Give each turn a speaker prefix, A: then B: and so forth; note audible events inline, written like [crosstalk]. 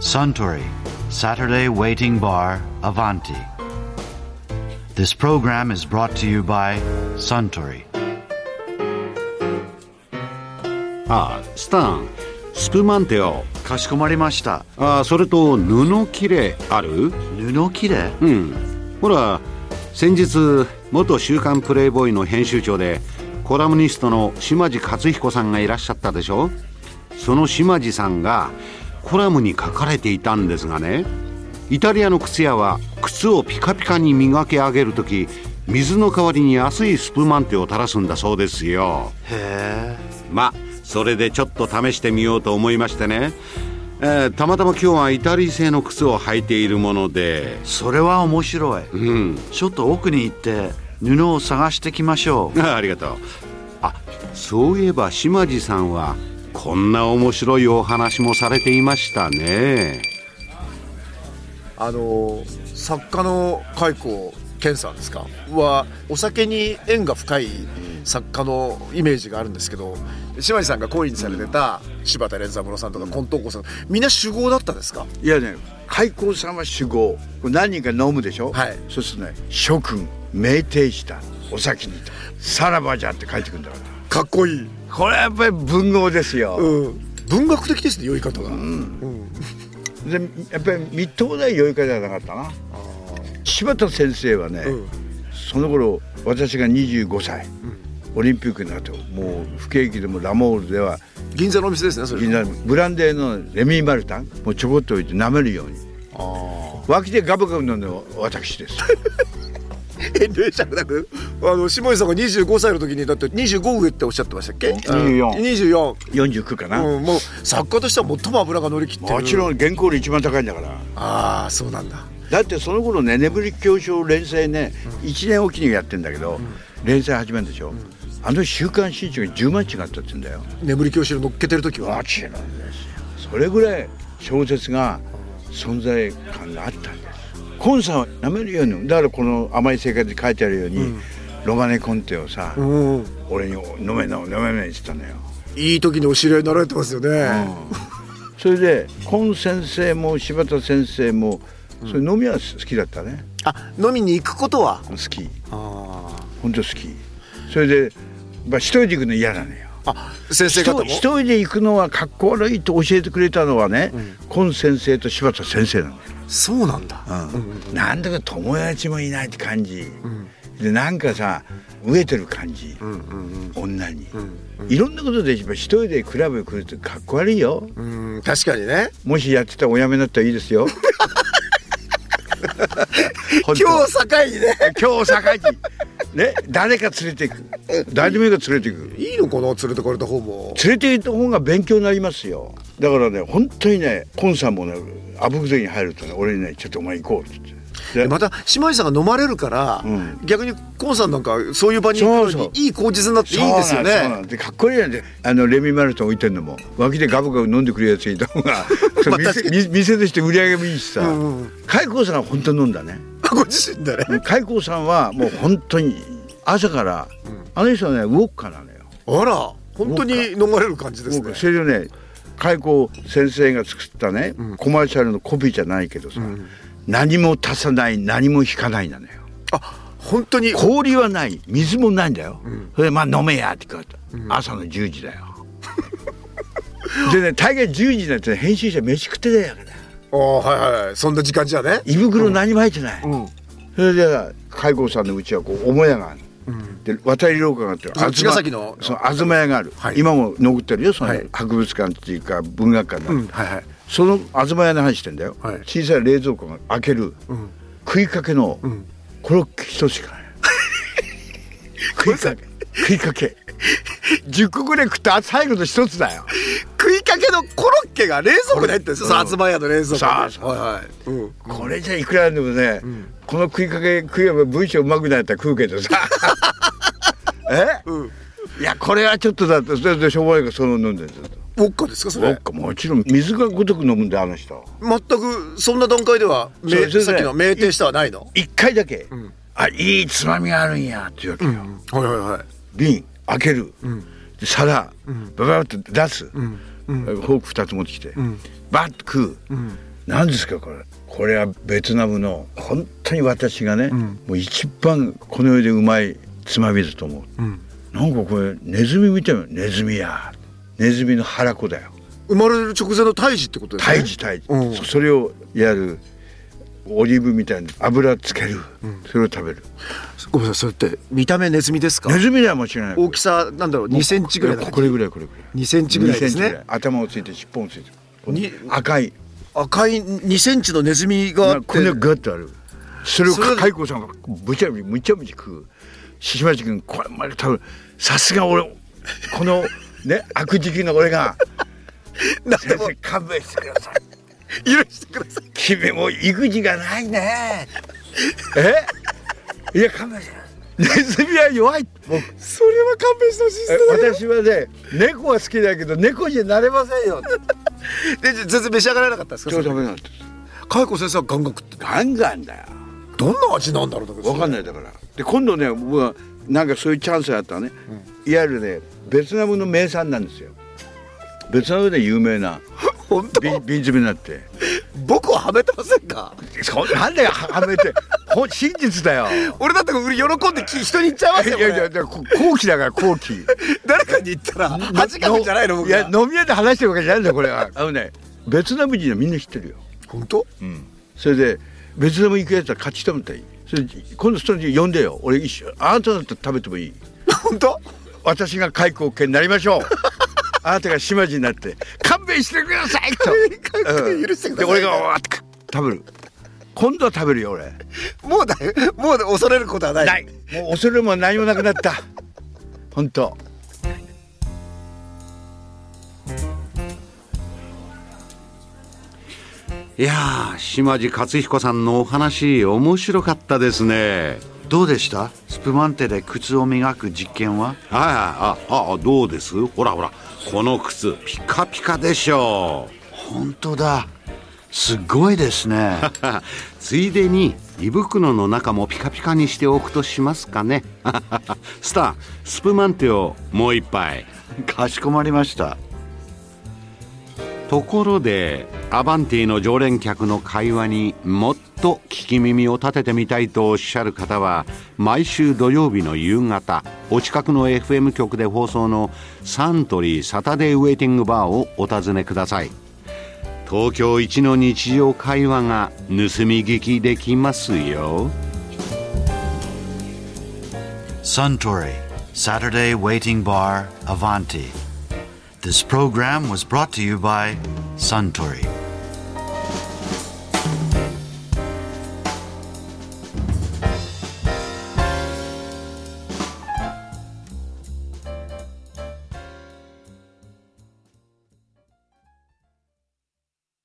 A: Suntory Saturday Waiting Bar Avanti. This program is brought to you by Suntory.
B: ああスタンスプーマンテを
A: かしこまりました。
B: ああそれと布切れある
A: 布切れ
B: うんほら先日元「週刊プレイボーイ」の編集長でコラムニストの島地克彦さんがいらっしゃったでしょその島地さんがコラムに書かれていたんですがねイタリアの靴屋は靴をピカピカに磨き上げる時水の代わりに安いスプーマンテを垂らすんだそうですよ
A: へえ。
B: まあそれでちょっと試してみようと思いましてね、えーたまたま今日はイタリー製の靴を履いているもので [laughs]
A: それは面白い。
B: うん
A: ちょっと奥に行って布を探してきましょう。
B: あありがとうあそういえば島地さんはこんな面白いお話もされていましたね
C: あの作家の開口健さんですかはお酒に縁が深い作家のイメージがあるんですけど島地さんが恋にされてた柴田連三郎さんとか近藤幸さんみんな酒豪だったですか
D: いやね開口さんは酒豪これ何人か飲むでしょ、
C: はい
D: そうするとね諸君酩酊したお先にとさらばじゃって書いてくるんだか
C: かっこいい、
D: らこれやっぱり文豪ですよ、
C: うん、文学的ですね酔い方が、
D: でやっぱり三島大酔い方じゃなかったな柴田先生はね、
C: うん
D: その頃私が25歳、オリンピックになってもう不景気でもラモールでは
C: 銀座のお店ですねそれ
D: み
C: [laughs]
D: んなブランデーのレミーマルタンもうちょこっと置いて舐めるように脇でガブガブ飲んで私
C: [laughs]
D: です
C: 遠慮したくなくあの下地さんが25歳の時にだって25上っておっしゃってましたっけ
D: 24
C: 24、
D: 49かな、
C: うん、もう作家としては最も脂が乗り切ってる
D: もちろ
C: ん
D: ん原稿料一番高いんだから
C: ああそうなんだ
D: だってその頃ね眠り教症連載ね、1年おきにやってんだけど、連載始めるでしょ、あの「週刊新潮」が10万違ったって言うんだよ
C: 眠り教師を乗っけてる時は
D: もちろんですよそれぐらい小説が存在感があったんですコンさんは舐めるようにだからこの「甘い生活」に書いてあるように、ロマネコンテをさ、
C: うん
D: 俺に「飲め飲め飲め飲め」って言ったのよ
C: いい時にお知り合いになられてますよね、
D: それでコン先生も柴田先生もそれ飲みは好きだったね、
C: あ飲みに行くことは
D: 好き本当好きそれで、まあ、一人で行くの嫌なのよ
C: あ先生
D: 一
C: 方も
D: 人一人で行くのはかっこ悪いと教えてくれたのはね、今先生と柴田先生なのよ、
C: そうなんだ
D: うんなんだか友達もいないって感じ、でなんかさ飢えてる感じ、女に、いろんなことでやっぱ一人でクラブに来るってかっこ悪いよ、
C: うん確かにね
D: もしやってたらおやめになったらいいです [laughs] よ今
C: 今日境にね
D: 今日境にね誰か連れていく誰でもいいから連れていく
C: いいのかな連れてかれた方も
D: 連れていった方が勉強になりますよだからね本当にねコンさんもね阿武ゼに入るとね俺にねちょっとお前行こうって言って
C: で
D: で
C: また姉妹さんが飲まれるから、
D: ん
C: 逆にコンさんなんかそういう場に行く
D: そう
C: の
D: そう
C: にいい口実になっていいですよ
D: そうなん
C: ね
D: でかっこいいやんであのレミマルトン置いてんのも脇でガブガブ飲んでくれるやついた方がそう
C: [laughs] まあ確
D: 店
C: か
D: 店店として売り上げもいいしさ
C: んうん
D: 開口さんは本当に飲んだね
C: [laughs] ご自身だね
D: 開口さんはもう本当に朝からあの人はねウォッカなのよ
C: あら本当に飲まれる感じです
D: もう
C: ね
D: それでね開口先生が作ったね、コマーシャルのコピーじゃないけどさ、何も足さない何も引かないなのよ
C: あ本当に
D: 氷はない水もないんだよ、それでまあ飲めやって言うから、朝の10時だよ [laughs] でね大概10時になってね編集者飯食ってたよ
C: ああはいはいそんな時間じゃね
D: 胃袋何も入ってない、それでさ開口さんのうちはこう母屋がある、で渡り廊下があって
C: そう
D: 東
C: 茅ヶ崎の
D: そう東屋がある、
C: はい
D: 今も残ってるよその
C: はい
D: 博物館っていうか文学館が、
C: はいはい
D: その東屋の話してんだよ、
C: はい
D: 小さい冷蔵庫が開ける、食いかけのコロッケ一
C: [laughs]
D: つしかない、食いかけ食いかけ10個ぐらい食った最後の一つだよ
C: 食いかけのコロッケが冷蔵庫に入ってるんですよ、さつま屋の冷蔵庫に
D: そうそう
C: はいはい、うん、
D: これじゃいくらでもね、この食いかけ食えば文章うまくなったら食う
C: [laughs]
D: けどさえ、いやこれはちょっとだってそれでしょうがないからその飲んでると
C: ウォッカですかそれ
D: 僕もちろん水がごとく飲むんだよあの人
C: 全くそんな段階ではめ
D: そうですね
C: さっきの酩酊したはないの
D: 一回だけ、あいいつまみがあるんやっていうわけよ、
C: はいはいはい
D: 瓶開ける、で皿、バババッと出す、フォーク2つ持ってきて、バッと食う、何ですかこれこれはベトナムの本当に私がね、もう一番この世でうまいつまみだと思う、なんかこれネズミ見てるネズミやネズミの腹子だよ
C: 生まれる直前の胎児ってことですね
D: 胎児胎児、
C: うん
D: そそれをやるオリーブみたいに油つける、それを食べる
C: ごめんなさいそれって見た目ネズミですか
D: ネズミではもちろん
C: 大きさなんだろう2センチぐらいだ
D: これぐらいこれぐらい
C: 2センチぐらいです
D: 2センチぐ
C: ね
D: らい頭をついて尻尾もついてこの
C: に
D: 赤い
C: 赤い2センチのネズミがあっ
D: これ
C: て
D: がガッとあるそれを
C: それ
D: 蚕さんがぶちゃぶちゃむちゃむちゃ食うしばじ君これまで多分さすが俺この
C: [laughs]
D: ね悪時期の俺が
C: なんで
D: 先
C: も
D: 生勘弁してください
C: 許してください
D: 君も育児がないねえいや勘弁してくださいネズミは弱いもう
C: それは勘弁してほしい
D: え私はね猫は好きだけど猫になれませんよ
C: でじゃ全然召し上がらなかったですか
D: 今日
C: そ
D: 食
C: れ
D: べなかった
C: カイコ先生はガンガン食って
D: ガンガンだよ
C: どんな味なんだろうだけど
D: わかんないだからで今度ね僕はなんかそういうチャンスがあったらね、いわゆるねベトナムの名産なんですよベトナムで有名な
C: [laughs] 本当
D: び瓶詰めになって
C: 僕ははめてませんか
D: そんなんだよはめてほ真実だよ
C: 俺だってこれ喜んでき人に言っちゃいます
D: い
C: よ
D: やいや
C: 俺
D: いやこ後期だから
C: [laughs]
D: 後期
C: 誰かに言ったら弾くんじゃないの僕
D: いや
C: が
D: 飲み屋で話してるわけじゃないんだよこれ
C: [laughs]
D: はあのねベトナム人はみんな知ってるよ
C: 本当
D: それでベトナム行くやつは勝ち取ったらいいそれで今度その人呼んでよ俺一緒あなただったら食べてもいい
C: 本当
D: 私が開口家になりましょう [laughs] あなたが島地になって勘弁してくださいと
C: 弁許してください
D: で俺がわーって食べる今度は食べるよ俺
C: もうだよもう恐れることはない
D: ないもう恐れも何もなくなった本当
B: いやー島地克彦さんのお話面白かったですね
A: どうでしたスプマンテで靴を磨く実験は
B: はいはいああどうですほらほらこの靴ピカピカでしょ
A: 本当だすごいですね [laughs]
B: う [laughs] ついでに胃袋の中もピカピカにしておくとしますかね [laughs] スタースプマンテをもう一杯
A: かしこまりました
B: ところでアバンティの常連客の会話にもっと聞き耳を立ててみたいとおっしゃる方は毎週土曜日の夕方お近くの FM 局で放送のサントリーサタデーウェイティングバーをお尋ねください東京一の日常会話が盗み聞きできますよ
A: Suntory Saturday Waiting Bar Avanti This program was brought to you by Suntory